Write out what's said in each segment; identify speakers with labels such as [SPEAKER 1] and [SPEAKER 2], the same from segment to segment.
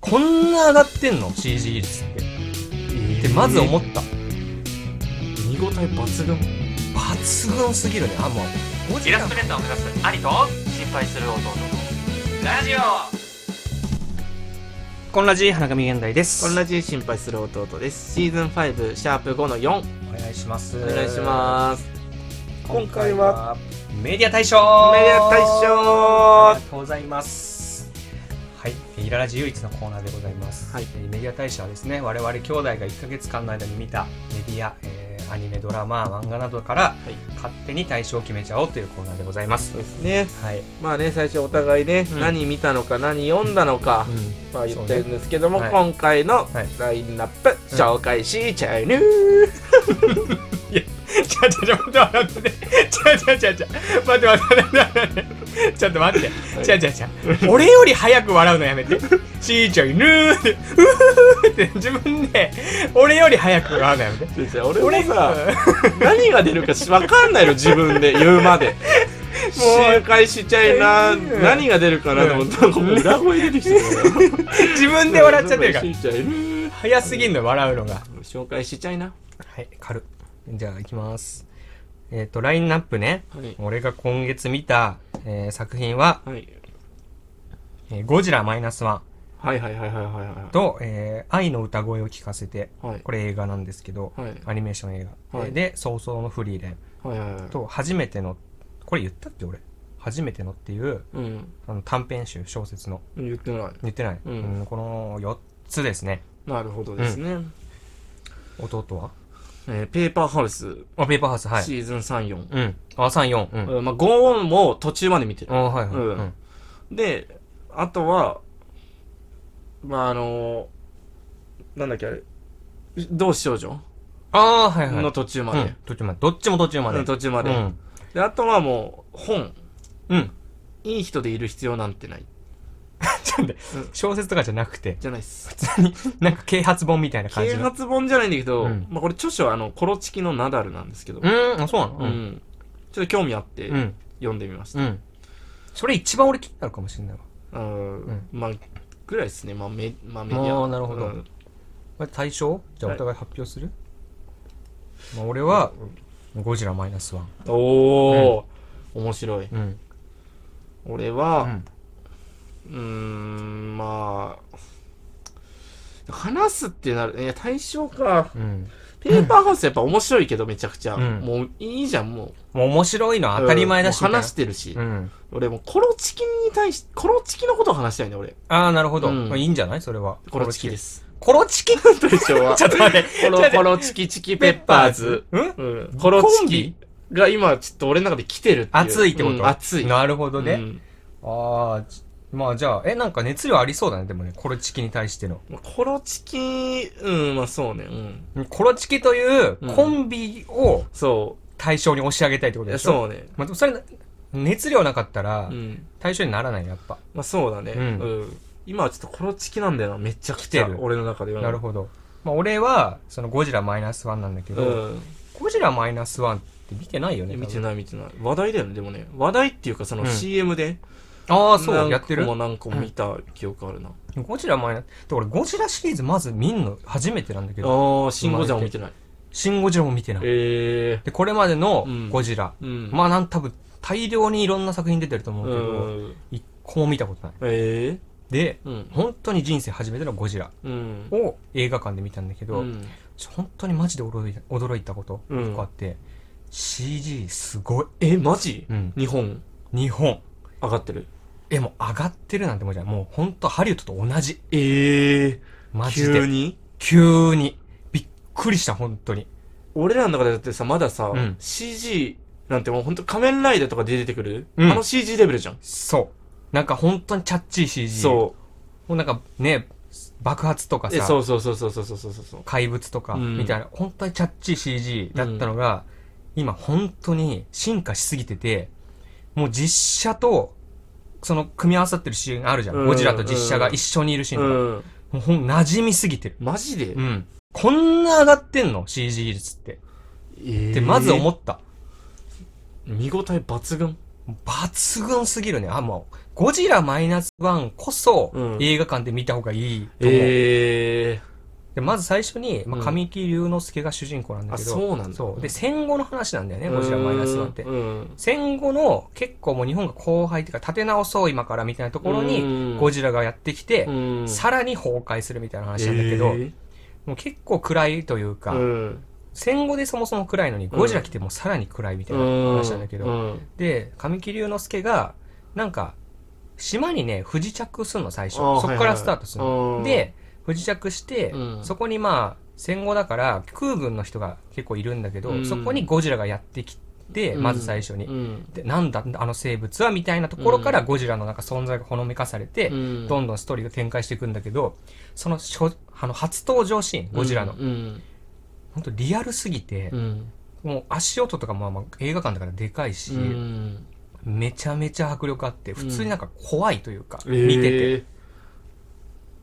[SPEAKER 1] こんな上がってんの ?CG 技術って。ってまず思った。
[SPEAKER 2] 見応え抜群
[SPEAKER 1] 抜群すぎるね。あ、もう。5時
[SPEAKER 3] イラ
[SPEAKER 1] 間
[SPEAKER 3] ストレーターを目指す兄と心配する弟のラジオ
[SPEAKER 1] こんなじ、花神現代です。
[SPEAKER 2] こんなじ心配する弟ですシーズン5シャープ5の4
[SPEAKER 1] お願いします。
[SPEAKER 2] お願いします今回は
[SPEAKER 1] メディア大賞
[SPEAKER 2] メディア大賞
[SPEAKER 1] ありがとうございますはい、イララジ唯一のコーナーでございます、
[SPEAKER 2] はい
[SPEAKER 1] えーメディア大賞はですね我々兄弟が1ヶ月間の間に見たメディア、えーアニメドラマ漫画などから
[SPEAKER 2] い
[SPEAKER 1] 勝手に大賞を決めちゃおうというコーナーでございます
[SPEAKER 2] そうですね
[SPEAKER 1] はい、
[SPEAKER 2] まあね最初お互いね、
[SPEAKER 1] うん
[SPEAKER 2] 何見たのか何読んだのか、まあ言ってるんですけども、
[SPEAKER 1] そうね
[SPEAKER 2] 今回の
[SPEAKER 1] はい
[SPEAKER 2] ラインナップ紹介しちゃうね、
[SPEAKER 1] ちょちょちょ待って待ってちょちょちょちょ待って待って待って待ってちょっと待ってちょちょちょ俺より早く笑うのやめてしーちゃん犬ってうふふって自分で俺より早く笑うのやめて
[SPEAKER 2] 違う違う俺もさ何が出るかし分かんないの自分で言うまで紹介しちゃいな、
[SPEAKER 1] うん
[SPEAKER 2] 何が出るかなと思ったらここ裏声出てきてる
[SPEAKER 1] 自分 で笑っちゃってるから
[SPEAKER 2] 紹介しちゃいな
[SPEAKER 1] 早すぎんの笑うのが
[SPEAKER 2] 紹介しちゃいな
[SPEAKER 1] はい軽っじゃあいきますえっ、とラインナップね
[SPEAKER 2] はい
[SPEAKER 1] 俺が今月見た、えー作品は
[SPEAKER 2] はい
[SPEAKER 1] 「えーゴジラマイナスワ
[SPEAKER 2] はいはいはいはいはいはい
[SPEAKER 1] ンと「えー愛の歌声を聞かせて」
[SPEAKER 2] はい
[SPEAKER 1] これ映画なんですけど、
[SPEAKER 2] はい
[SPEAKER 1] アニメーション映画、
[SPEAKER 2] はい
[SPEAKER 1] で「早々のフリーレン
[SPEAKER 2] はいはいはい」
[SPEAKER 1] と「初めての」これ言ったっけ俺「初めての」っていう
[SPEAKER 2] うん
[SPEAKER 1] あの短編集小説の
[SPEAKER 2] 言ってない
[SPEAKER 1] 言ってない、
[SPEAKER 2] うん
[SPEAKER 1] この4つですね
[SPEAKER 2] なるほどですね、
[SPEAKER 1] 弟は
[SPEAKER 2] えーペーパーハウス
[SPEAKER 1] あペーパーハウスはい
[SPEAKER 2] シーズン34、
[SPEAKER 1] うんあ三34うん、
[SPEAKER 2] うんまあ、5も途中まで見てる
[SPEAKER 1] あはいはい、
[SPEAKER 2] うんであとはまああのなんだっけあれ同志少女
[SPEAKER 1] ああはいはい
[SPEAKER 2] の途中ま
[SPEAKER 1] う
[SPEAKER 2] で、
[SPEAKER 1] ん、途中までどっちも途中まで、
[SPEAKER 2] うん途中まで,、
[SPEAKER 1] うん、
[SPEAKER 2] であとはもう本
[SPEAKER 1] うん、
[SPEAKER 2] いい人でいる必要なんてない
[SPEAKER 1] ちょっと待って
[SPEAKER 2] うん
[SPEAKER 1] 小説とかじゃなくて
[SPEAKER 2] じゃないっす
[SPEAKER 1] なんか啓発本みたいな感
[SPEAKER 2] 啓
[SPEAKER 1] じの
[SPEAKER 2] 発本じゃないんだけど、
[SPEAKER 1] うん
[SPEAKER 2] まあ、これ著書はあのコロチキのナダルなんですけど、
[SPEAKER 1] うんあそうなの
[SPEAKER 2] う、んちょっと興味あって
[SPEAKER 1] うん
[SPEAKER 2] 読んでみました、
[SPEAKER 1] うん、それ一番俺気になるかもしれないわ
[SPEAKER 2] うん
[SPEAKER 1] ん
[SPEAKER 2] まあぐらいですねまあメ,、まあ、メディ
[SPEAKER 1] あ
[SPEAKER 2] ア
[SPEAKER 1] ーなるほど
[SPEAKER 2] うん
[SPEAKER 1] これ対象じゃあお
[SPEAKER 2] はい
[SPEAKER 1] 互い発表する、まあ、俺は、ゴジラマイナスワン。
[SPEAKER 2] おお、面白い
[SPEAKER 1] うん。
[SPEAKER 2] 俺
[SPEAKER 1] う
[SPEAKER 2] は
[SPEAKER 1] ん。
[SPEAKER 2] うーんまあ話すってなるいや対象か
[SPEAKER 1] うん。
[SPEAKER 2] ペーパーハウスやっぱ面白いけどめちゃくちゃ、
[SPEAKER 1] うん
[SPEAKER 2] もういいじゃんもう
[SPEAKER 1] もう面白いのは当たり前だし。。
[SPEAKER 2] うんもう話しててるし、
[SPEAKER 1] うん。
[SPEAKER 2] 俺もうコロチキに対しコロチキのことを話したいね俺
[SPEAKER 1] ああ、なるほど。
[SPEAKER 2] うん
[SPEAKER 1] まあいいんじゃないそれは。
[SPEAKER 2] コロチキです
[SPEAKER 1] コロチキ。コロチキ
[SPEAKER 2] 対象 は
[SPEAKER 1] ちょっと待って。
[SPEAKER 2] コロコロチキチキペッパーズ。
[SPEAKER 1] うん
[SPEAKER 2] うん、コロ
[SPEAKER 1] コン
[SPEAKER 2] チ
[SPEAKER 1] ビ
[SPEAKER 2] キが今ちょっと俺の中で来てるっていう
[SPEAKER 1] 熱いってこ
[SPEAKER 2] うん
[SPEAKER 1] と
[SPEAKER 2] 熱い
[SPEAKER 1] なるほど
[SPEAKER 2] う
[SPEAKER 1] ね。
[SPEAKER 2] ん
[SPEAKER 1] ああ、ちまあじゃあ、え、なんか熱量ありそうだね。でもね、コロチキに対しての。
[SPEAKER 2] まあコロチキうんまあそうねうん
[SPEAKER 1] コロチキという
[SPEAKER 2] うん
[SPEAKER 1] コンビを
[SPEAKER 2] そ
[SPEAKER 1] 対象に押し上げたいってこ
[SPEAKER 2] うい
[SPEAKER 1] と
[SPEAKER 2] や
[SPEAKER 1] でしょ
[SPEAKER 2] そうね
[SPEAKER 1] まあでもそれ、熱量なかったら
[SPEAKER 2] う、ん
[SPEAKER 1] 対象にならない、やっぱ。
[SPEAKER 2] まあそうだね
[SPEAKER 1] う
[SPEAKER 2] うんん、今はちょっとコロチキなんだよなめちゃく
[SPEAKER 1] 来て
[SPEAKER 2] ちゃ
[SPEAKER 1] る
[SPEAKER 2] 俺の中では
[SPEAKER 1] なるほど。まあ、俺は、そのゴジラマイナスワンなんだけど、
[SPEAKER 2] うん
[SPEAKER 1] ゴジラマイナスワンって見てないよ
[SPEAKER 2] い
[SPEAKER 1] ね。
[SPEAKER 2] や
[SPEAKER 1] 多分
[SPEAKER 2] 見てない見てない話題だよねでもね話題っていうかその
[SPEAKER 1] うん
[SPEAKER 2] CM で
[SPEAKER 1] ああ、そう、や
[SPEAKER 2] 何
[SPEAKER 1] って
[SPEAKER 2] 個
[SPEAKER 1] る
[SPEAKER 2] も。何個も見た記憶あるな
[SPEAKER 1] ゴジラマイナス、で俺ゴジラシリーズまず見んの初めてなんだけど、
[SPEAKER 2] ああシン・ゴジラも見てない
[SPEAKER 1] シンゴジラも見てない。
[SPEAKER 2] え
[SPEAKER 1] で、これまでの
[SPEAKER 2] うん
[SPEAKER 1] ゴジラ、
[SPEAKER 2] えうん
[SPEAKER 1] まあなん多分大量にいろんな作品出てると思うけ
[SPEAKER 2] う
[SPEAKER 1] ど、
[SPEAKER 2] ん
[SPEAKER 1] 一個も見たことない。
[SPEAKER 2] ええ
[SPEAKER 1] で、
[SPEAKER 2] うん
[SPEAKER 1] 本当に人生初めてのゴジラ
[SPEAKER 2] うん
[SPEAKER 1] を映画館で見たんだけど、ちょ本当にマジで驚いた驚いたこと
[SPEAKER 2] うん
[SPEAKER 1] 一個あって、CG すごい。
[SPEAKER 2] えマジ
[SPEAKER 1] うん。
[SPEAKER 2] 日本
[SPEAKER 1] 日本。
[SPEAKER 2] 上がってる
[SPEAKER 1] え、もう上がってるなんてもんじゃない。もうほんとハリウッドと同じ。
[SPEAKER 2] ええ
[SPEAKER 1] マジ
[SPEAKER 2] 急
[SPEAKER 1] で。
[SPEAKER 2] に
[SPEAKER 1] 急に。びっくりした、本当に。
[SPEAKER 2] 俺らの中でだってさまださ、
[SPEAKER 1] うん
[SPEAKER 2] CG なんてもうほんと仮面ライダーとかで出てくる、
[SPEAKER 1] うん
[SPEAKER 2] あの CG レベルじゃん、
[SPEAKER 1] そう。なんか本当にチャッチー CG。
[SPEAKER 2] そ
[SPEAKER 1] もうなんかね、爆発とか
[SPEAKER 2] うえそ
[SPEAKER 1] さ、
[SPEAKER 2] うそうそうそうそうそうそうそう
[SPEAKER 1] 怪物とか、
[SPEAKER 2] うん
[SPEAKER 1] みたいな、本当にチャッチー CG だったのが、今本当に進化しすぎてて、もう実写と、その組み合わさってるシーンあるじゃん。
[SPEAKER 2] うん
[SPEAKER 1] ゴジラと実写が一緒にいるシーンとか。
[SPEAKER 2] う
[SPEAKER 1] もう
[SPEAKER 2] ん
[SPEAKER 1] ほん馴染みすぎてる。
[SPEAKER 2] マジで、
[SPEAKER 1] うん。こんな上がってんの ?CG 技術って。
[SPEAKER 2] え
[SPEAKER 1] ってまず思った。
[SPEAKER 2] 見応え抜群
[SPEAKER 1] 抜群すぎるね。あ、もう、ゴジラマイナスワンこそ
[SPEAKER 2] うん
[SPEAKER 1] 映画館で見た方がいいと思う。
[SPEAKER 2] え
[SPEAKER 1] でまず最初に、まあ、
[SPEAKER 2] うん
[SPEAKER 1] 神木隆之介が主人公なんだけど、
[SPEAKER 2] あそうなんだ
[SPEAKER 1] そうで戦後の話なんだよ
[SPEAKER 2] え
[SPEAKER 1] ねゴジラマイナスワンって
[SPEAKER 2] うん
[SPEAKER 1] 戦後の結構もう日本が荒廃っていうか立て直そう今からみたいなところ
[SPEAKER 2] うん
[SPEAKER 1] にゴジラがやってきて、
[SPEAKER 2] うん
[SPEAKER 1] さらに崩壊するみたいな話なんだけど、
[SPEAKER 2] ええ
[SPEAKER 1] もう結構暗いというか、
[SPEAKER 2] うん
[SPEAKER 1] 戦後でそもそも暗いのにゴジラ来てもうさらに暗いみたいな話なんだけど、
[SPEAKER 2] うん
[SPEAKER 1] で神木隆之介がなんか島にね不時着するの最初
[SPEAKER 2] あー
[SPEAKER 1] そっからスタートするの、
[SPEAKER 2] はいはい
[SPEAKER 1] で不時着して、
[SPEAKER 2] うん
[SPEAKER 1] そこにまあ戦後だから空軍の人が結構いるんだけど、
[SPEAKER 2] うん
[SPEAKER 1] そこにゴジラがやってきて、
[SPEAKER 2] うん
[SPEAKER 1] まず最初に、
[SPEAKER 2] うん
[SPEAKER 1] でなんだあの生物はみたいなところからゴジラのなんか存在がほのめかされて、
[SPEAKER 2] うん
[SPEAKER 1] どんどんストーリーが展開していくんだけどその初あの初登場シーンゴジラの、
[SPEAKER 2] うん
[SPEAKER 1] ほんとリアルすぎて
[SPEAKER 2] う、ん
[SPEAKER 1] もう足音とかもまあまあ映画館だからでかいし、
[SPEAKER 2] うん
[SPEAKER 1] めちゃめちゃ迫力あって普通になんか怖いというか、
[SPEAKER 2] ええ
[SPEAKER 1] 見てて、っ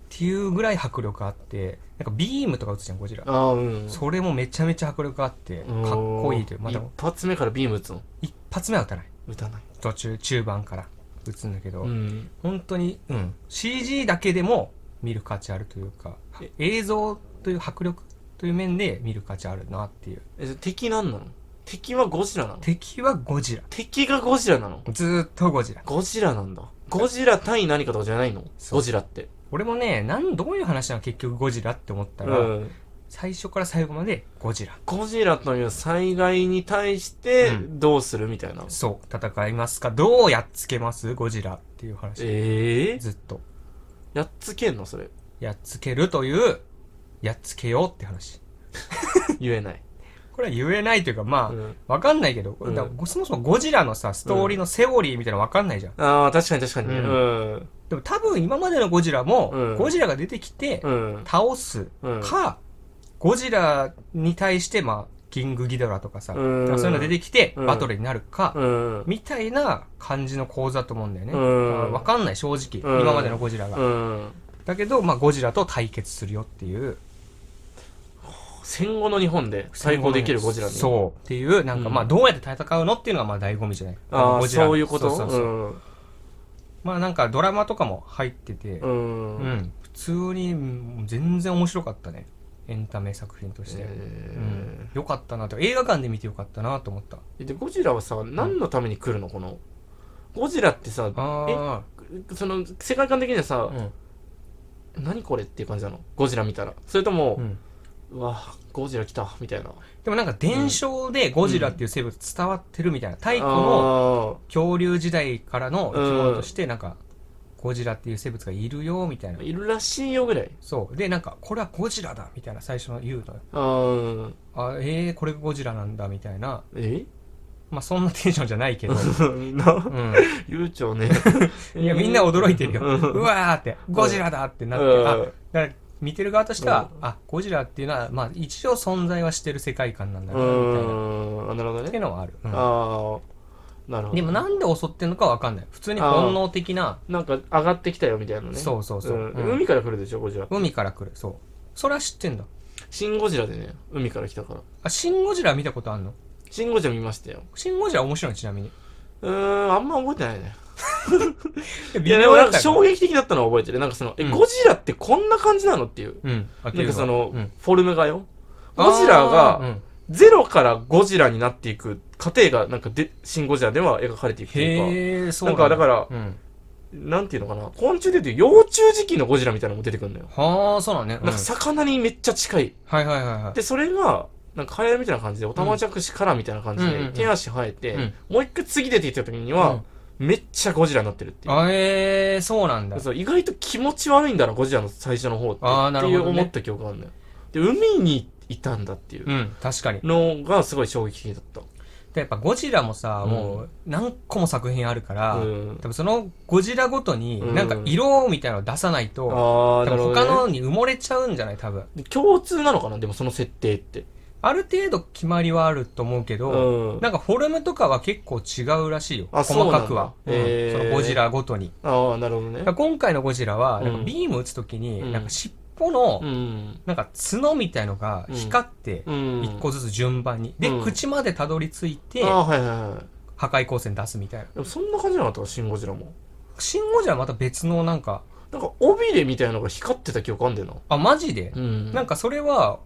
[SPEAKER 1] ていうぐらい迫力あってなんかビームとか打つじゃんゴジラ
[SPEAKER 2] ああうん
[SPEAKER 1] それもめちゃめちゃ迫力あってかっこいいというまだ
[SPEAKER 2] 一発目からビーム打つの
[SPEAKER 1] 一発目は打たない
[SPEAKER 2] 打たない
[SPEAKER 1] 途中中盤から打つんだけど、
[SPEAKER 2] うん
[SPEAKER 1] 本当に、うん、CG だけでも見る価値あるというか映像という迫力という面で見る価値あるなっていう
[SPEAKER 2] え敵なんなの敵はゴジラなの
[SPEAKER 1] 敵はゴジラ
[SPEAKER 2] 敵がゴジラなの
[SPEAKER 1] ずーっとゴジラ
[SPEAKER 2] ゴジラなんだゴジラ対何かとかじゃないの
[SPEAKER 1] そう
[SPEAKER 2] ゴジラって
[SPEAKER 1] 俺もねなんどういう話なの結局ゴジラって思ったら、
[SPEAKER 2] うん
[SPEAKER 1] 最初から最後までゴジラ
[SPEAKER 2] ゴジラという災害に対して
[SPEAKER 1] うん
[SPEAKER 2] どうするみたいな、
[SPEAKER 1] そう戦いますかどうやっつけますゴジラっていう話
[SPEAKER 2] ええ
[SPEAKER 1] ずっと
[SPEAKER 2] やっつけんの それ
[SPEAKER 1] やっつけるというやっつけようって話
[SPEAKER 2] 言えない、
[SPEAKER 1] これは言えないというかまあ、
[SPEAKER 2] うん
[SPEAKER 1] わかんないけど、
[SPEAKER 2] うん
[SPEAKER 1] だからそもそもゴジラのさストーリーのセオリーみたいなのわかんないじゃん、
[SPEAKER 2] ああ確かに確かにね
[SPEAKER 1] う
[SPEAKER 2] うん
[SPEAKER 1] でも多分今までのゴジラも、
[SPEAKER 2] うん
[SPEAKER 1] ゴジラが出てきて
[SPEAKER 2] うん
[SPEAKER 1] 倒す
[SPEAKER 2] うん
[SPEAKER 1] か、ゴジラに対してまあキングギドラとかさ、
[SPEAKER 2] うん
[SPEAKER 1] だからそういうの出てきて、
[SPEAKER 2] うん
[SPEAKER 1] バトルになるか、
[SPEAKER 2] うん
[SPEAKER 1] みたいな感じの構図だと思うんだよね、
[SPEAKER 2] うん
[SPEAKER 1] だからわかんない正直、
[SPEAKER 2] うん
[SPEAKER 1] 今までのゴジラが、
[SPEAKER 2] うん
[SPEAKER 1] だけど、まあ、ゴジラと対決するよっていう
[SPEAKER 2] 戦後の日本で対抗できるゴジラに
[SPEAKER 1] そうっていうなんか
[SPEAKER 2] うん
[SPEAKER 1] まあどうやって戦うのっていうのがまあ醍醐味じゃない
[SPEAKER 2] あ
[SPEAKER 1] ゴ
[SPEAKER 2] あ
[SPEAKER 1] ジラ
[SPEAKER 2] そういうこと
[SPEAKER 1] そうそうそうまあなんかドラマとかも入ってて
[SPEAKER 2] う、ん、
[SPEAKER 1] う
[SPEAKER 2] うん
[SPEAKER 1] ん普通にうん全然面白かったねエンタメ作品として、
[SPEAKER 2] え
[SPEAKER 1] うん、よかったなと映画館で見てよかったなと思った
[SPEAKER 2] ーでゴジラはさ何のために来るのこのゴジラってさ
[SPEAKER 1] あ
[SPEAKER 2] その世界観的には
[SPEAKER 1] あ
[SPEAKER 2] さ、何これっていう感じなのゴジラ見たらそれとも、
[SPEAKER 1] う
[SPEAKER 2] うんわゴジラ来たみたいな
[SPEAKER 1] でもなんか伝承でゴジラっていう生物伝わってるみたいな太古の
[SPEAKER 2] あ
[SPEAKER 1] 恐竜時代からの生き物としてなんかゴジラっていう生物がいるよみたいな
[SPEAKER 2] ーいるらしいよぐらい
[SPEAKER 1] そうでなんかこれはゴジラだみたいな最初の言うのよ
[SPEAKER 2] あー
[SPEAKER 1] あえー、これがゴジラなんだみたいな
[SPEAKER 2] え
[SPEAKER 1] まあそんなテンションじゃないけど、
[SPEAKER 2] みんな
[SPEAKER 1] うん、
[SPEAKER 2] 悠長ね
[SPEAKER 1] いやみんな驚いてるよ、う
[SPEAKER 2] うん
[SPEAKER 1] わーってゴジラだってなって、
[SPEAKER 2] うん
[SPEAKER 1] あだから見てる側としては、
[SPEAKER 2] う
[SPEAKER 1] あゴジラっていうのは、まあ、一応存在はしてる世界観なんだ
[SPEAKER 2] う
[SPEAKER 1] なみたいな、っ
[SPEAKER 2] んあなるほど
[SPEAKER 1] てい
[SPEAKER 2] ね
[SPEAKER 1] うのはある、うん
[SPEAKER 2] ああなるほど
[SPEAKER 1] でもなんで襲ってんのかわかんない普通に本能的な
[SPEAKER 2] なんか上がってきたよみたいなね
[SPEAKER 1] そうそうそう、
[SPEAKER 2] ん
[SPEAKER 1] うん
[SPEAKER 2] 海から来るでしょゴジラ
[SPEAKER 1] 海から来るそうそれは知ってんだ
[SPEAKER 2] シン・ゴジラでね海から来たから
[SPEAKER 1] あシン・ゴジラ見たことあんの
[SPEAKER 2] シン・ゴジラ見ましたよ
[SPEAKER 1] シン・ゴジラ面白いのちなみに
[SPEAKER 2] うーんあんま覚えてないねい
[SPEAKER 1] 微
[SPEAKER 2] やでもなんか
[SPEAKER 1] たよ
[SPEAKER 2] 衝撃的だったのは覚えてるなんかそのえ、
[SPEAKER 1] うん
[SPEAKER 2] ゴジラってこんな感じなのっていう
[SPEAKER 1] うんあって
[SPEAKER 2] ないん
[SPEAKER 1] う
[SPEAKER 2] かその、
[SPEAKER 1] うん
[SPEAKER 2] フォルムがよゴジラ
[SPEAKER 1] あ
[SPEAKER 2] が
[SPEAKER 1] ーうん
[SPEAKER 2] ゼロからゴジラになっていく過程がなんかでシン・ゴジラでは描かれていくというか
[SPEAKER 1] へえそう
[SPEAKER 2] なんかだから
[SPEAKER 1] うん、
[SPEAKER 2] なんていうのかな昆虫でいうと幼虫時期のゴジラみたいなのも出てくるんだよ
[SPEAKER 1] はあそうなんね、うん
[SPEAKER 2] なんか魚にめっちゃ近い
[SPEAKER 1] はいはいはいはい
[SPEAKER 2] でそれがなんかカエルみたいな感じでオタマジャクシからみたいな感じ
[SPEAKER 1] うんうんうんう
[SPEAKER 2] で
[SPEAKER 1] ん
[SPEAKER 2] 手足生えて、
[SPEAKER 1] うん
[SPEAKER 2] もう一回次出てきた時には、めっちゃゴジラになってるっていう
[SPEAKER 1] あえー、そうなんだ
[SPEAKER 2] そう意外と気持ち悪いんだなゴジラの最初の方って
[SPEAKER 1] あーなるほどね
[SPEAKER 2] っていう思った記憶があるんだよで海にいたんだっていう
[SPEAKER 1] うん確かに
[SPEAKER 2] のがすごい衝撃的だった
[SPEAKER 1] でやっぱゴジラもさ、
[SPEAKER 2] うん
[SPEAKER 1] もう何個も作品あるから、
[SPEAKER 2] うん
[SPEAKER 1] 多分そのゴジラごとに
[SPEAKER 2] うん
[SPEAKER 1] なんか色みたいなのを出さないと、
[SPEAKER 2] あ
[SPEAKER 1] 多
[SPEAKER 2] あなるほ
[SPEAKER 1] 分
[SPEAKER 2] ど、ね、
[SPEAKER 1] 他のに埋もれちゃうんじゃない多分
[SPEAKER 2] 共通なのかなでもその設定って
[SPEAKER 1] ある程度決まりはあると思うけど、
[SPEAKER 2] うん
[SPEAKER 1] なんかフォルムとかは結構違うらしいよ
[SPEAKER 2] あそうな
[SPEAKER 1] 細
[SPEAKER 2] んだ
[SPEAKER 1] かくは、
[SPEAKER 2] へー
[SPEAKER 1] そのゴジラごとに
[SPEAKER 2] ああなるほど
[SPEAKER 1] だ
[SPEAKER 2] ね
[SPEAKER 1] から今回のゴジラは
[SPEAKER 2] うん
[SPEAKER 1] なんかビーム打つときに、
[SPEAKER 2] うん
[SPEAKER 1] なんか尻尾の、
[SPEAKER 2] うん
[SPEAKER 1] なんか角みたいのが光って、
[SPEAKER 2] うん
[SPEAKER 1] 一個ずつ順番に。で、
[SPEAKER 2] うん
[SPEAKER 1] 口までたどり着いて
[SPEAKER 2] あ、あはいはいはい
[SPEAKER 1] 破壊光線出すみたいな。
[SPEAKER 2] でもそんな感じじゃなかったかシン・ゴジラも
[SPEAKER 1] シン・ゴジラまた別のなんか、
[SPEAKER 2] なんか尾びれみたいなのが光ってた記憶あんだよ
[SPEAKER 1] あ、マジで
[SPEAKER 2] な。うん。
[SPEAKER 1] なんかそれは、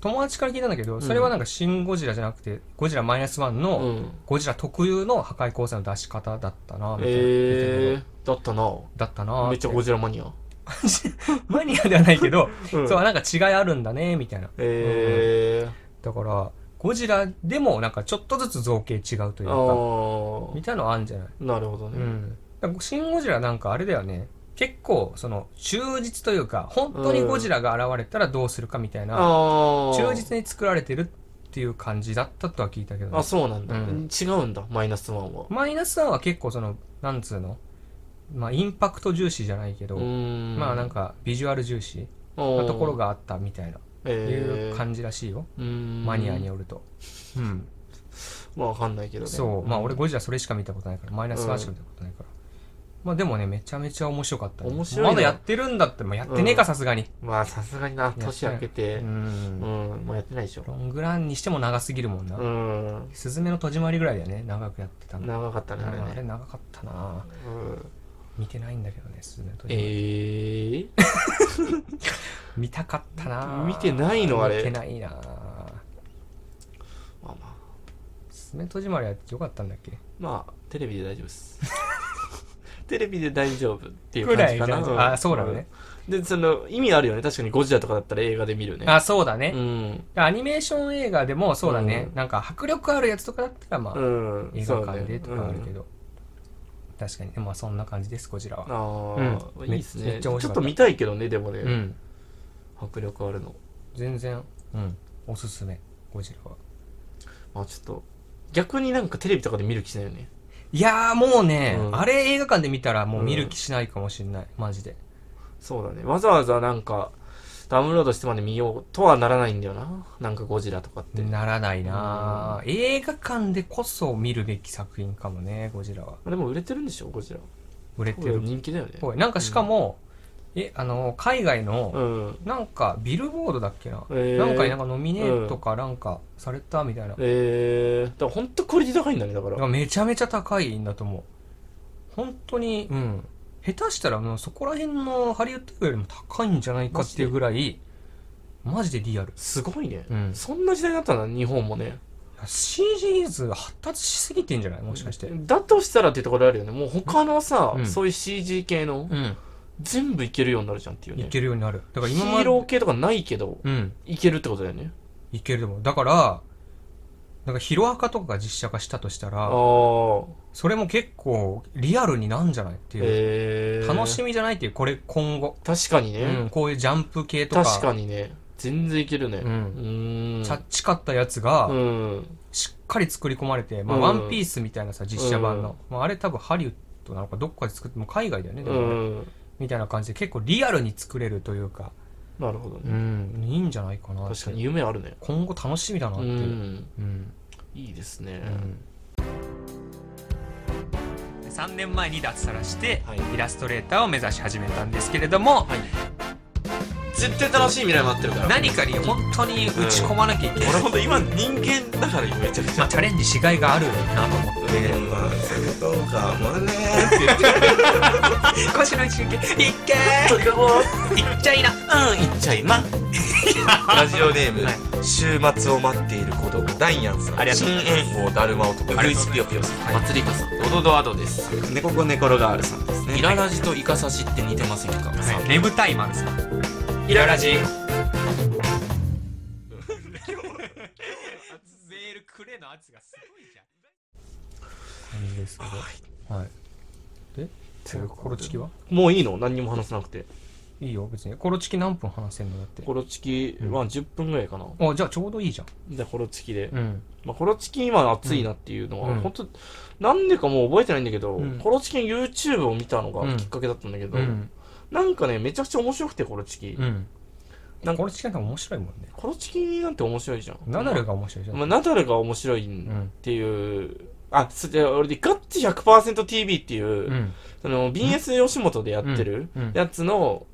[SPEAKER 1] 友達から聞いたんだけど、それはなんかシン・ゴジラじゃなくて、ゴジラマイナスワン
[SPEAKER 2] う
[SPEAKER 1] の、
[SPEAKER 2] ん。
[SPEAKER 1] ゴジラ特有の破壊光線の出し方だったな、みたいな。
[SPEAKER 2] えー、だったな。
[SPEAKER 1] だったな
[SPEAKER 2] めっちゃゴジラマニア。
[SPEAKER 1] マニアではないけど、
[SPEAKER 2] うん
[SPEAKER 1] そう、なんか違いあるんだね、みたいな。
[SPEAKER 2] え
[SPEAKER 1] だから、ゴジラでもなんかちょっとずつ造形違うという
[SPEAKER 2] ー、
[SPEAKER 1] か、
[SPEAKER 2] あ
[SPEAKER 1] みたいなのあるんじゃない
[SPEAKER 2] あ、なるほど
[SPEAKER 1] う
[SPEAKER 2] ね。
[SPEAKER 1] ん。だからシン・ゴジラなんかあれだよね。結構、その、忠実というか、本当にゴジラが現れたらどうするかみたいな、
[SPEAKER 2] ああ。
[SPEAKER 1] 忠実に作られてるっていう感じだったとは聞いたけどね、
[SPEAKER 2] あ、そうなんだ。
[SPEAKER 1] うん
[SPEAKER 2] 違うんだ、マイナスワンは。
[SPEAKER 1] マイナスワンは結構その、なんつうの、まあ、インパクト重視じゃないけど、
[SPEAKER 2] うーん。
[SPEAKER 1] まあなんか、ビジュアル重視
[SPEAKER 2] おー、
[SPEAKER 1] なところがあったみたいな、い
[SPEAKER 2] え
[SPEAKER 1] う
[SPEAKER 2] ー、
[SPEAKER 1] 感じらしいよ。
[SPEAKER 2] うーん
[SPEAKER 1] マニアに。よると。うん。
[SPEAKER 2] まあわかんないけどね。
[SPEAKER 1] そう。まあ俺
[SPEAKER 2] ん
[SPEAKER 1] ゴジラそれしか見たことないから、マイナスワンしか見たことないから。まあでもね、めちゃめちゃ面白かったね、
[SPEAKER 2] 面白いな
[SPEAKER 1] まだやってるんだって、まあやってねえか、さすがに。
[SPEAKER 2] まあさすがにな、
[SPEAKER 1] や
[SPEAKER 2] 年明けて、
[SPEAKER 1] う。
[SPEAKER 2] うんん、もうやってないでしょ。
[SPEAKER 1] ロングランにしても長すぎるもんな。
[SPEAKER 2] うん。
[SPEAKER 1] スズメの戸締まりぐらいだよね、長くやってたの。
[SPEAKER 2] 長かったね、あ
[SPEAKER 1] うんあ
[SPEAKER 2] れ
[SPEAKER 1] れ
[SPEAKER 2] ね。
[SPEAKER 1] 長かったな
[SPEAKER 2] うん
[SPEAKER 1] 見てないんだけどね、スズメの戸締まり。
[SPEAKER 2] え
[SPEAKER 1] 見たかったな
[SPEAKER 2] 見てないのあれ
[SPEAKER 1] 見てないな
[SPEAKER 2] まあまあ。
[SPEAKER 1] スズメの戸締まりはよかったんだっけ
[SPEAKER 2] まあ、テレビで大丈夫です。 テレビで大丈夫っていう
[SPEAKER 1] ぐ
[SPEAKER 2] 感
[SPEAKER 1] ら
[SPEAKER 2] じ
[SPEAKER 1] い
[SPEAKER 2] か
[SPEAKER 1] じゃ
[SPEAKER 2] な。ん
[SPEAKER 1] んあ、そうだね。。
[SPEAKER 2] で、その、意味あるよね。確かにゴジラとかだったら映画で見るよね。
[SPEAKER 1] あ、そうだね。
[SPEAKER 2] うん。
[SPEAKER 1] アニメーション映画でもそうだね、
[SPEAKER 2] うん
[SPEAKER 1] なんか迫力あるやつとかだったらまあ、
[SPEAKER 2] うん。
[SPEAKER 1] 映
[SPEAKER 2] そ
[SPEAKER 1] 画
[SPEAKER 2] うだ
[SPEAKER 1] 館
[SPEAKER 2] ね
[SPEAKER 1] でとかあるけ
[SPEAKER 2] うん
[SPEAKER 1] ど、確かにでもまあそんな感じですゴジラは
[SPEAKER 2] ああ、
[SPEAKER 1] うん
[SPEAKER 2] いいです
[SPEAKER 1] めめ
[SPEAKER 2] ね。
[SPEAKER 1] っ
[SPEAKER 2] ち
[SPEAKER 1] ちゃ
[SPEAKER 2] ょ
[SPEAKER 1] 面
[SPEAKER 2] っ
[SPEAKER 1] 白かった
[SPEAKER 2] と見たいけどね、でもね、
[SPEAKER 1] うん
[SPEAKER 2] 迫力あるの。
[SPEAKER 1] 全然、うん、おすすめゴジラは
[SPEAKER 2] まあちょっと、逆になんかテレビとかで見る気しないよね。
[SPEAKER 1] いやーもうね、
[SPEAKER 2] うん
[SPEAKER 1] あれ映画館で見たらもう見る気しないかもしれない、マジで
[SPEAKER 2] そうだね。わざわざなんか、ダウンロードしてまで見ようとはならないんだよな。なんかゴジラとかって。
[SPEAKER 1] ならないなー、映画館でこそ見るべき作品かもねゴジラは
[SPEAKER 2] まあでも売れてるんでしょ、ゴジラ。
[SPEAKER 1] 売れてるっ
[SPEAKER 2] 人気だよね。
[SPEAKER 1] ぽいなんかしかも、えあの海外の、
[SPEAKER 2] うん。
[SPEAKER 1] なんかビルボードだっけな、
[SPEAKER 2] えー
[SPEAKER 1] なんかになんかノミネートかなんかされたみたいな、
[SPEAKER 2] えー、だから本当クオリティ高いんだね、だか
[SPEAKER 1] だ
[SPEAKER 2] ら。
[SPEAKER 1] からめちゃめちゃ高いんだと思う本当にうん下手したらもうそこら辺のハリウッド映画よりも高いんじゃないかっていうぐらいマジでリアル
[SPEAKER 2] すごいね、
[SPEAKER 1] うん
[SPEAKER 2] そんな時代になったな、日本もね。
[SPEAKER 1] CG 技術発達しすぎてんじゃないもしかして
[SPEAKER 2] だとしたらっていうところあるよね。もう他のさ、
[SPEAKER 1] うん
[SPEAKER 2] そういう CG 系の、
[SPEAKER 1] うん
[SPEAKER 2] 全部いけるようになるじゃんっていう
[SPEAKER 1] い
[SPEAKER 2] ね。
[SPEAKER 1] けるようになるだから
[SPEAKER 2] ヒ
[SPEAKER 1] 今ま
[SPEAKER 2] ー
[SPEAKER 1] で
[SPEAKER 2] ロー系とかないけど、
[SPEAKER 1] うん
[SPEAKER 2] いけるってことだよね。
[SPEAKER 1] いけるでもだからなんかヒロアカとかが実写化したとした
[SPEAKER 2] ああ
[SPEAKER 1] ら
[SPEAKER 2] ー。
[SPEAKER 1] それも結構リアルになんじゃないっていう、
[SPEAKER 2] えー、
[SPEAKER 1] 楽しみじゃないっていうこれ今後
[SPEAKER 2] 確かにね、
[SPEAKER 1] うん、こういうジャンプ系とか
[SPEAKER 2] 確かにね。全然いけるね。
[SPEAKER 1] うん
[SPEAKER 2] ーん。
[SPEAKER 1] チャッチかったやつが、
[SPEAKER 2] うん。
[SPEAKER 1] しっかり作り込まれて、まあ
[SPEAKER 2] うん
[SPEAKER 1] ワンピースみたいなさ実写版の、まあ、あれ多分ハリウッドなのかどっかで作ってもう海外だよねで
[SPEAKER 2] う
[SPEAKER 1] もね
[SPEAKER 2] ん。
[SPEAKER 1] みたいな感じで結構リアルに作れるというか、
[SPEAKER 2] なるほど
[SPEAKER 1] う
[SPEAKER 2] ね。
[SPEAKER 1] ん、いいんじゃないかなって
[SPEAKER 2] 確かに夢あるね。
[SPEAKER 1] 今後楽しみだなっ
[SPEAKER 2] う
[SPEAKER 1] ていう、
[SPEAKER 2] ん。
[SPEAKER 1] うん
[SPEAKER 2] いいですね。
[SPEAKER 1] 3年前に脱サラして、
[SPEAKER 2] はい
[SPEAKER 1] イラストレーターを目指し始めたんですけれども、
[SPEAKER 2] 絶対楽しい未来待ってるから
[SPEAKER 1] 何かに本当に打ち込まなきゃいけない、
[SPEAKER 2] ほんと今人間だからめちゃくち
[SPEAKER 1] まあ、チャレンジしがいがあるなと思って
[SPEAKER 4] まあそうか もね
[SPEAKER 1] 腰の一撃いっけーいっちゃいなうんいっ
[SPEAKER 4] っちゃいなラジオネーム、週末を待っている孤独ダイアンさん
[SPEAKER 2] ありがとうご
[SPEAKER 4] 新
[SPEAKER 2] ざい
[SPEAKER 4] 援護だるま男
[SPEAKER 2] ありが
[SPEAKER 4] ルイ
[SPEAKER 2] とう
[SPEAKER 4] ス
[SPEAKER 2] ござ
[SPEAKER 4] ピヨピヨさん、は
[SPEAKER 2] 祭りかさんドドドアドです
[SPEAKER 4] い、猫子猫ロガールさんですねイララジとイカサシって似てませんか、さ
[SPEAKER 1] ねぶたいマンさんイララジメールくれの圧がすごいじゃん感じですけどはいでコロチキは
[SPEAKER 2] もういいの何にも話さなくて
[SPEAKER 1] いいよ別にコロチキ何分話せんのだって
[SPEAKER 2] コロチキは10分ぐらいかな、
[SPEAKER 1] あじゃあちょうどいいじゃん
[SPEAKER 2] じゃあコロチキで、
[SPEAKER 1] うん
[SPEAKER 2] まあ、コロチキ今熱いなっていうのは、
[SPEAKER 1] うん
[SPEAKER 2] 本当なんでかもう覚えてないんだけど、
[SPEAKER 1] うん
[SPEAKER 2] コロチキの YouTube を見たの
[SPEAKER 1] う
[SPEAKER 2] が
[SPEAKER 1] ん
[SPEAKER 2] きっかけだったんだけど、
[SPEAKER 1] うん
[SPEAKER 2] なんかねめちゃくちゃ面白くてコロチキ、
[SPEAKER 1] うん
[SPEAKER 2] なんか
[SPEAKER 1] コロチキなんか面白いもんね
[SPEAKER 2] コロチキなんて面白いじゃん
[SPEAKER 1] ナダルが面白いじゃん、
[SPEAKER 2] まあ、ナダルが面白い
[SPEAKER 1] うん
[SPEAKER 2] っ
[SPEAKER 1] ん
[SPEAKER 2] ていう、あ、そじゃあ俺でガッチ 100%TV っていう、
[SPEAKER 1] うん
[SPEAKER 2] その BS 吉本でやってる
[SPEAKER 1] うんうん
[SPEAKER 2] やつの、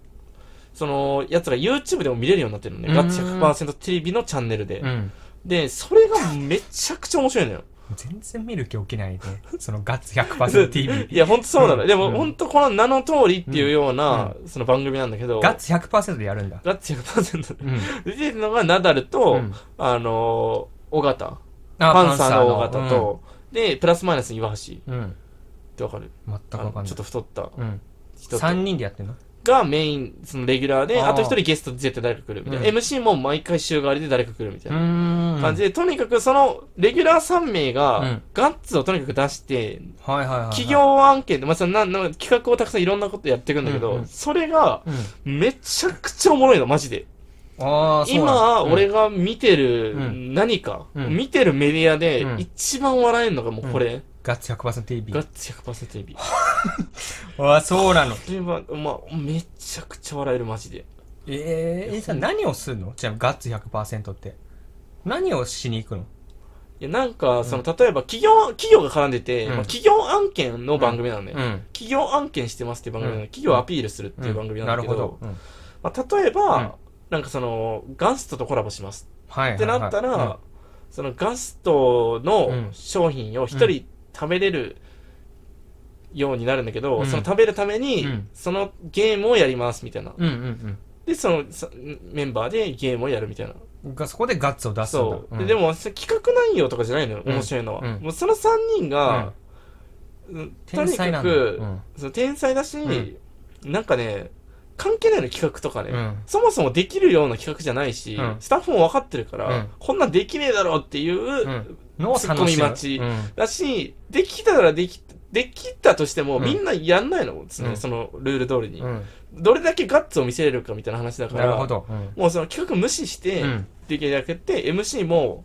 [SPEAKER 2] そのやつが YouTube でも見れるようになってるのね。
[SPEAKER 1] うん
[SPEAKER 2] ガッチ 100%TV のチャンネルで
[SPEAKER 1] う。ん
[SPEAKER 2] で、それがめちゃくちゃ面白いのよ。
[SPEAKER 1] 全然見る気起きないね。そのガッツ 100%TV。
[SPEAKER 2] いや、ほんとそうなの。でも、
[SPEAKER 1] うん
[SPEAKER 2] ほんとこの名の通りっていうような、その番組なんだけど、
[SPEAKER 1] ガッツ100%でやるんだ。
[SPEAKER 2] ガッツ100%で
[SPEAKER 1] うん。
[SPEAKER 2] 出てるのがナダルと、
[SPEAKER 1] うん
[SPEAKER 2] あのー、尾形。
[SPEAKER 1] あ
[SPEAKER 2] パンサーの尾形。と、で、プラスマイナス岩橋っ
[SPEAKER 1] うん。うん
[SPEAKER 2] てわかる
[SPEAKER 1] 全く
[SPEAKER 2] あ
[SPEAKER 1] わかん
[SPEAKER 2] の
[SPEAKER 1] な
[SPEAKER 2] ち
[SPEAKER 1] い
[SPEAKER 2] ょっ。と太った
[SPEAKER 1] うん。
[SPEAKER 2] 人と
[SPEAKER 1] 3人でやってんの
[SPEAKER 2] がメイン、そのレギュラーで、
[SPEAKER 1] あー
[SPEAKER 2] あと一人ゲストで絶対誰か来るみたいな。
[SPEAKER 1] うん
[SPEAKER 2] MC も毎回週替わりで誰か来るみたいな。
[SPEAKER 1] ん
[SPEAKER 2] 感じで、とにかくその、レギュラー3名
[SPEAKER 1] う
[SPEAKER 2] が
[SPEAKER 1] ん、
[SPEAKER 2] ガッツをとにかく出して、
[SPEAKER 1] はいはいはいはい。
[SPEAKER 2] 企業案件で、まあ、そのなんなんか企画をたくさんいろんなことやっていくんだけど、
[SPEAKER 1] うんうん
[SPEAKER 2] それが、
[SPEAKER 1] うん。
[SPEAKER 2] めちゃくちゃおもろいの、マジで。
[SPEAKER 1] ああ、そう
[SPEAKER 2] 今、
[SPEAKER 1] なんだ
[SPEAKER 2] 俺が見てる
[SPEAKER 1] うん
[SPEAKER 2] 何か、
[SPEAKER 1] うん
[SPEAKER 2] 見てるメディアで
[SPEAKER 1] う、ん
[SPEAKER 2] 一番笑えるのがもうこれ、
[SPEAKER 1] ガッツ 100%TV。
[SPEAKER 2] ガッツ 100%TV。こ
[SPEAKER 1] ああ、そうなの。
[SPEAKER 2] れは、まあ、めちゃくちゃ笑える、マジで。
[SPEAKER 1] ええ、えさん何をするのじゃあガッツ100%って。何をしに行くの
[SPEAKER 2] いや、なんか、その、例えば、企業、企業が絡んでて、
[SPEAKER 1] うん
[SPEAKER 2] まあ、企業案件の番組なのね。
[SPEAKER 1] ん。
[SPEAKER 2] 企業案件してますっていう番組なの、
[SPEAKER 1] うん
[SPEAKER 2] 企業をアピールするっていう番組なんだけ
[SPEAKER 1] な
[SPEAKER 2] ど、
[SPEAKER 1] るほど。うん
[SPEAKER 2] まあ、例えば、
[SPEAKER 1] うん
[SPEAKER 2] なんかその、ガストとコラボします
[SPEAKER 1] はいはいはい。
[SPEAKER 2] ってなったら、
[SPEAKER 1] うん
[SPEAKER 2] そのガスト
[SPEAKER 1] うん
[SPEAKER 2] の商品を一人食べれるようになるんだけど、
[SPEAKER 1] うん
[SPEAKER 2] その食べるために、
[SPEAKER 1] うん
[SPEAKER 2] そのゲームをやりますみたいな。
[SPEAKER 1] うんうん
[SPEAKER 2] で、そのさメンバーでゲームをやるみたいな。
[SPEAKER 1] うん。がそこでガッツを出すんだ。
[SPEAKER 2] そう。
[SPEAKER 1] ん
[SPEAKER 2] ででも、それ企画内容とかじゃないのよ、
[SPEAKER 1] うん
[SPEAKER 2] 面白いのは。
[SPEAKER 1] うん
[SPEAKER 2] もうその3人が、うんと
[SPEAKER 1] 天
[SPEAKER 2] に
[SPEAKER 1] 才な
[SPEAKER 2] か
[SPEAKER 1] んだ。
[SPEAKER 2] く、
[SPEAKER 1] うん
[SPEAKER 2] その天才だし、
[SPEAKER 1] うん
[SPEAKER 2] なんかね、関係ないの企画とかね、
[SPEAKER 1] うん
[SPEAKER 2] そもそもできるような企画じゃないし、
[SPEAKER 1] うん
[SPEAKER 2] スタッフも分かってるから、
[SPEAKER 1] うん
[SPEAKER 2] こんなんできねえだろうっていう、
[SPEAKER 1] うんのを楽しむ
[SPEAKER 2] ツッコミ待ち
[SPEAKER 1] うん
[SPEAKER 2] だし、できたらでき、できたとしても、
[SPEAKER 1] うん
[SPEAKER 2] みんなやんないの、常に
[SPEAKER 1] うん
[SPEAKER 2] そのルール通りに、
[SPEAKER 1] うん
[SPEAKER 2] どれだけガッツを見せれるかみたいな話だか
[SPEAKER 1] なる
[SPEAKER 2] ら、
[SPEAKER 1] ほど。うん
[SPEAKER 2] もうその企画無視して、
[SPEAKER 1] うん
[SPEAKER 2] できるだけやって、MC も、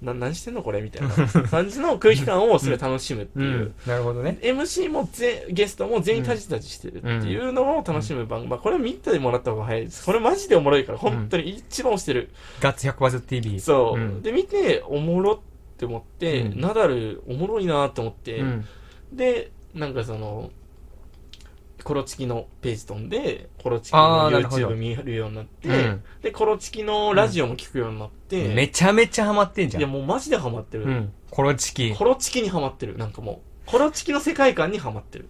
[SPEAKER 2] な何してんのこれみたいな 感じの空気感をすごい楽しむって
[SPEAKER 1] う
[SPEAKER 2] いう。
[SPEAKER 1] ん。 なるほどね。
[SPEAKER 2] MC も全ゲストも全員タジタジしてるっていうのを楽しむ番組、まあ、これは見てもらった方が早いですこれマジでおもろいから本当に一番推してる、
[SPEAKER 1] ガッツ 100%TV。
[SPEAKER 2] そう、
[SPEAKER 1] うん
[SPEAKER 2] で見ておもろって思って、
[SPEAKER 1] うん
[SPEAKER 2] ナダルおもろいなと思って、
[SPEAKER 1] うん
[SPEAKER 2] でなんかそのコロチキのページ飛んでコロチキ
[SPEAKER 1] あ
[SPEAKER 2] の
[SPEAKER 1] ーなるほど
[SPEAKER 2] YouTube 見るようになって、
[SPEAKER 1] うん
[SPEAKER 2] でコロチキのラジオも聞くようになって、
[SPEAKER 1] めちゃめちゃハマってんじ
[SPEAKER 2] い
[SPEAKER 1] ゃ
[SPEAKER 2] や
[SPEAKER 1] ん。
[SPEAKER 2] もうマジでハマってる、
[SPEAKER 1] うん。コロチキ。
[SPEAKER 2] コロチキにハマってるなんかもうコロチキの世界観にハマってる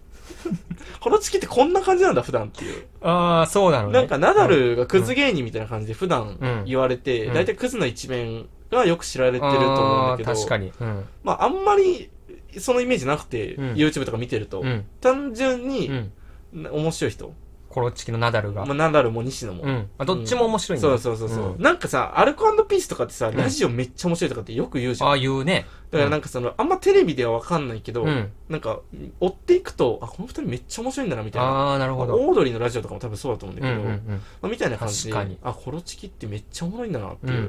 [SPEAKER 2] コロチキってこんな感じなんだ普段っていう
[SPEAKER 1] ああ、そうなのね。
[SPEAKER 2] なんかナダルがクズ芸人みたいな感じで
[SPEAKER 1] う
[SPEAKER 2] 普
[SPEAKER 1] ん
[SPEAKER 2] 段言われて、
[SPEAKER 1] うん
[SPEAKER 2] 大体クズの一面がよく知られてると
[SPEAKER 1] あー
[SPEAKER 2] 思うんだけど
[SPEAKER 1] 確かに。うん。
[SPEAKER 2] まああんまりそのイメージなくて、
[SPEAKER 1] うん
[SPEAKER 2] YouTube とか見てると、
[SPEAKER 1] うん。
[SPEAKER 2] 単純
[SPEAKER 1] う
[SPEAKER 2] に
[SPEAKER 1] ん。
[SPEAKER 2] な面白い人、
[SPEAKER 1] コロチキのナダルが
[SPEAKER 2] まあ、。ナダルも西野も、
[SPEAKER 1] うん。あどっちも面白いんだ
[SPEAKER 2] そうそうそうそう、
[SPEAKER 1] ん
[SPEAKER 2] なんかさアルコピースとかってさ
[SPEAKER 1] ん
[SPEAKER 2] ラジオめっちゃ面白いとかってよく言うじゃん、
[SPEAKER 1] ああいうね。
[SPEAKER 2] だからなんかそのあんまテレビではわかんないけど、
[SPEAKER 1] うん。
[SPEAKER 2] なんか追っていくとあこの二人めっちゃ面白いんだなみたいな
[SPEAKER 1] ああ、なる
[SPEAKER 2] まあ
[SPEAKER 1] ほど。
[SPEAKER 2] オードリーのラジオとかも多分そうだと思うんだ
[SPEAKER 1] うん
[SPEAKER 2] け
[SPEAKER 1] う
[SPEAKER 2] ど、
[SPEAKER 1] んうん。
[SPEAKER 2] まあ、みたいな感じで
[SPEAKER 1] 確かに
[SPEAKER 2] あコロチキってめっちゃおもろいんだなっていう、
[SPEAKER 1] うん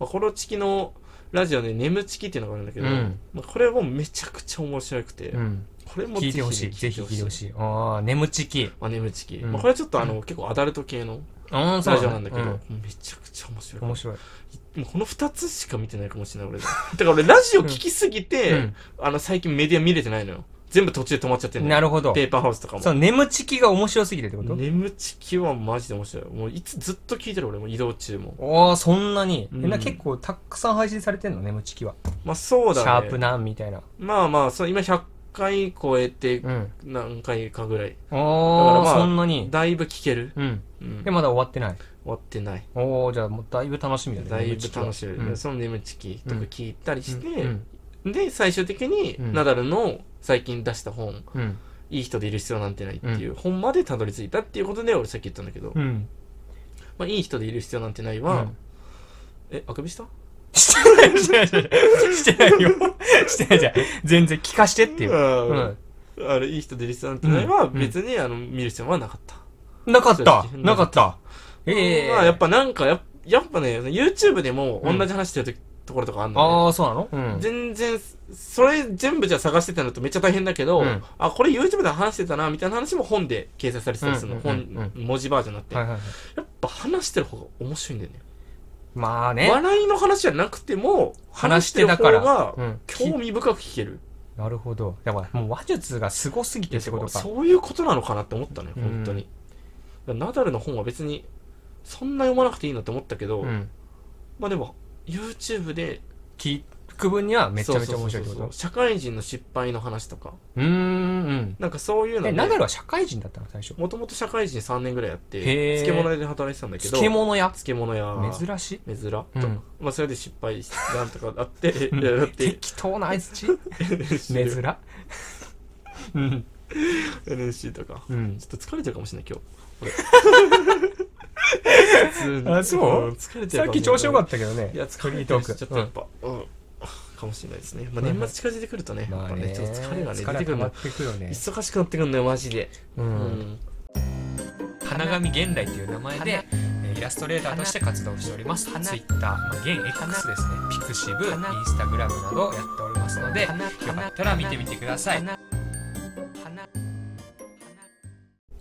[SPEAKER 2] まあ、コロチキのラジオで「眠チキ」っていうのがあるんだけど、
[SPEAKER 1] うん
[SPEAKER 2] まあ、これもめちゃくちゃ面白くて、
[SPEAKER 1] うん。
[SPEAKER 2] これも
[SPEAKER 1] 聞いてほしい。ぜひ聞いてほしい。ああ、眠ちき。
[SPEAKER 2] まあ、眠チキ、
[SPEAKER 1] うん
[SPEAKER 2] まあ、これはちょっとあの、結構アダルト系の
[SPEAKER 1] ああ、そう
[SPEAKER 2] ラジオなんだけど、
[SPEAKER 1] う
[SPEAKER 2] めちゃくちゃ面白い
[SPEAKER 1] 面白い。
[SPEAKER 2] もうこの2つしか見てないかもしれない俺だ から俺ラジオ聞きすぎて、
[SPEAKER 1] うん
[SPEAKER 2] あの最近メディア見れてないのよ全部途中で止まっちゃってんのよ
[SPEAKER 1] なるほど。
[SPEAKER 2] ペーパーハウスとかも
[SPEAKER 1] その眠ちきが面白すぎてってこと
[SPEAKER 2] 眠ちきはマジで面白い。もういつずっと聞いてる俺も移動中も。
[SPEAKER 1] ああ、そんなに。え
[SPEAKER 2] うん
[SPEAKER 1] な結構たくさん配信されてんの眠ちきは。
[SPEAKER 2] まあそう
[SPEAKER 1] シ
[SPEAKER 2] だ
[SPEAKER 1] ャ
[SPEAKER 2] ね。
[SPEAKER 1] ープなみたいな。
[SPEAKER 2] まあまあ、そう今100回超えて
[SPEAKER 1] うん。
[SPEAKER 2] 何回かぐらい。
[SPEAKER 1] ああ、
[SPEAKER 2] まあ
[SPEAKER 1] そんなに。
[SPEAKER 2] だいぶ聞ける。
[SPEAKER 1] うん。
[SPEAKER 2] うん。
[SPEAKER 1] で、
[SPEAKER 2] 終
[SPEAKER 1] まだ終わってない。
[SPEAKER 2] わってない。
[SPEAKER 1] おおじゃあもうだいぶ楽しみだね。
[SPEAKER 2] だい
[SPEAKER 1] 眠ち
[SPEAKER 2] ぶ
[SPEAKER 1] きは
[SPEAKER 2] 楽しい。
[SPEAKER 1] うん
[SPEAKER 2] その眠ちきとか聞いたりして、
[SPEAKER 1] うん
[SPEAKER 2] で、最終的に
[SPEAKER 1] うん
[SPEAKER 2] ナダルの最近出した本、
[SPEAKER 1] うん。
[SPEAKER 2] いい人でいる必要なんてないっていう本までたどり着いたっていうことで俺さっき言ったんだけど、
[SPEAKER 1] うん。
[SPEAKER 2] まあいい人でいる必要なんてない
[SPEAKER 1] うん
[SPEAKER 2] は、え、あくびした
[SPEAKER 1] してない、してない、してないよ。してないじゃん。全然聞かしてっていう。
[SPEAKER 2] うんあれ、いい人でリスナーってないは、別に、あの、見る必要はなかった。
[SPEAKER 1] なかった
[SPEAKER 2] 正直
[SPEAKER 1] なかったええ
[SPEAKER 2] まあ、やっぱなんかや、やっぱね、YouTube でも同じ話してると,、ころとかあんの
[SPEAKER 1] ああ、そうなのうん
[SPEAKER 2] ね。。全然、それ全部じゃ探してたのとめっちゃ大変だけど、
[SPEAKER 1] うん
[SPEAKER 2] あ、これ YouTube で話してたな、みたいな話も本で掲載されてたりするの。
[SPEAKER 1] うんうん
[SPEAKER 2] 本、文字バージョンになって、
[SPEAKER 1] はいはいはい。
[SPEAKER 2] やっぱ話してる方が面白いんだよね。
[SPEAKER 1] まあね。
[SPEAKER 2] 笑いの話じゃなくても、
[SPEAKER 1] 話
[SPEAKER 2] 話
[SPEAKER 1] し
[SPEAKER 2] して
[SPEAKER 1] て
[SPEAKER 2] る
[SPEAKER 1] だ
[SPEAKER 2] 方
[SPEAKER 1] から
[SPEAKER 2] が。
[SPEAKER 1] うん。
[SPEAKER 2] 興味深く聞ける。
[SPEAKER 1] なるほど。だからもう話術がすごすぎてってことか。
[SPEAKER 2] そういうことなのかなって思ったね、
[SPEAKER 1] うん
[SPEAKER 2] 本当に。ナダルの本は別に、そんな読まなくていいなって思ったけど、
[SPEAKER 1] うん。
[SPEAKER 2] まあでも、YouTube で
[SPEAKER 1] 聞、区分にはめちゃめちゃ面白いって
[SPEAKER 2] そう
[SPEAKER 1] こ
[SPEAKER 2] そうそう
[SPEAKER 1] と
[SPEAKER 2] そう社会人の失敗の話とか
[SPEAKER 1] うーん
[SPEAKER 2] なんかそういう
[SPEAKER 1] うん
[SPEAKER 2] の
[SPEAKER 1] え
[SPEAKER 2] で
[SPEAKER 1] ナダルは社会人だったの最初
[SPEAKER 2] もともと社会人3年ぐらいやって
[SPEAKER 1] へー
[SPEAKER 2] 漬物屋で働いてたんだけど
[SPEAKER 1] 漬物屋
[SPEAKER 2] 漬物屋
[SPEAKER 1] 珍しい
[SPEAKER 2] 珍珍と、
[SPEAKER 1] うん
[SPEAKER 2] まあそれで失敗しなんとかあって いやだって
[SPEAKER 1] 適当な相づち珍うん
[SPEAKER 2] NSC とか、
[SPEAKER 1] うん
[SPEAKER 2] ちょっと疲れてるかもしれない今日俺普通に
[SPEAKER 1] あそうん
[SPEAKER 2] 疲れてる
[SPEAKER 1] さっき調子良か
[SPEAKER 2] っ
[SPEAKER 1] ったけどね
[SPEAKER 2] いや疲
[SPEAKER 1] フ
[SPEAKER 2] れて
[SPEAKER 1] リート
[SPEAKER 2] る
[SPEAKER 1] ーク
[SPEAKER 2] しちょっとやっぱ、うんかもしれないですね、まあ、年末近づいてくるとね,、
[SPEAKER 1] まあ
[SPEAKER 2] やっぱ
[SPEAKER 1] ね
[SPEAKER 2] ねちょっと疲れがね
[SPEAKER 1] 疲
[SPEAKER 2] 出て
[SPEAKER 1] れ
[SPEAKER 2] く
[SPEAKER 1] 溜
[SPEAKER 2] る
[SPEAKER 1] ま
[SPEAKER 2] の
[SPEAKER 1] ってくるよね
[SPEAKER 2] 忙しくなってくるんだよマジで、
[SPEAKER 1] う
[SPEAKER 2] うん
[SPEAKER 1] ん花神現代という名前でえーイラストレーターとして活動しております
[SPEAKER 3] 花
[SPEAKER 1] Twitter、まあ、現 X ですねピクシブイン
[SPEAKER 3] 花
[SPEAKER 1] スタグラムなどやっておりますのでよ
[SPEAKER 3] 花
[SPEAKER 1] かったら見てみてください
[SPEAKER 3] 花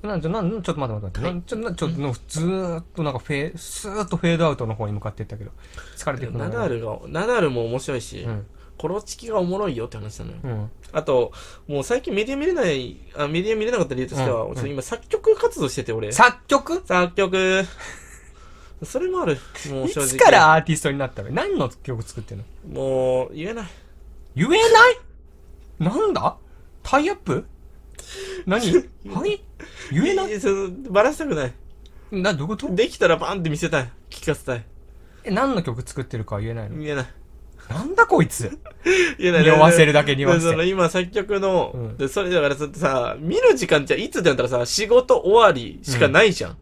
[SPEAKER 1] なんちょなんちょっと待って待って待って、
[SPEAKER 2] はい
[SPEAKER 1] なんちょなちょっとのずーっとなんかフェースーッとフェードアウトの方に向かっていったけど疲れてくる
[SPEAKER 2] ナ
[SPEAKER 1] ね
[SPEAKER 2] ダルがナダルも面白いし、
[SPEAKER 1] うん
[SPEAKER 2] コロチキがおもろいよって話なのよ、
[SPEAKER 1] うん
[SPEAKER 2] あともう最近メディア見れないあメディア見れなかった理由としては、
[SPEAKER 1] うんうん
[SPEAKER 2] ちょっと今作曲活動してて俺
[SPEAKER 1] 作曲
[SPEAKER 2] 作曲それもあるもう
[SPEAKER 1] い
[SPEAKER 2] 正直
[SPEAKER 1] つからアーティストになったの何の曲作ってんの
[SPEAKER 2] もう言えない
[SPEAKER 1] 言えないなんだタイアップ 何はい言えない
[SPEAKER 2] いやそのバラしたくない
[SPEAKER 1] などういうこと
[SPEAKER 2] できたらバンって見せたい聞かせたい
[SPEAKER 1] え何の曲作ってるかは言えないの
[SPEAKER 2] 言えない
[SPEAKER 1] なんだこいつ
[SPEAKER 2] 言えない
[SPEAKER 1] 匂わせるだけ
[SPEAKER 2] だ
[SPEAKER 1] 匂
[SPEAKER 2] か
[SPEAKER 1] わ
[SPEAKER 2] ら
[SPEAKER 1] せ
[SPEAKER 2] その
[SPEAKER 1] て
[SPEAKER 2] 今作曲の、
[SPEAKER 1] うん
[SPEAKER 2] でそれだからそさ見る時間じゃいつってなったらさ仕事終わりしかないじゃ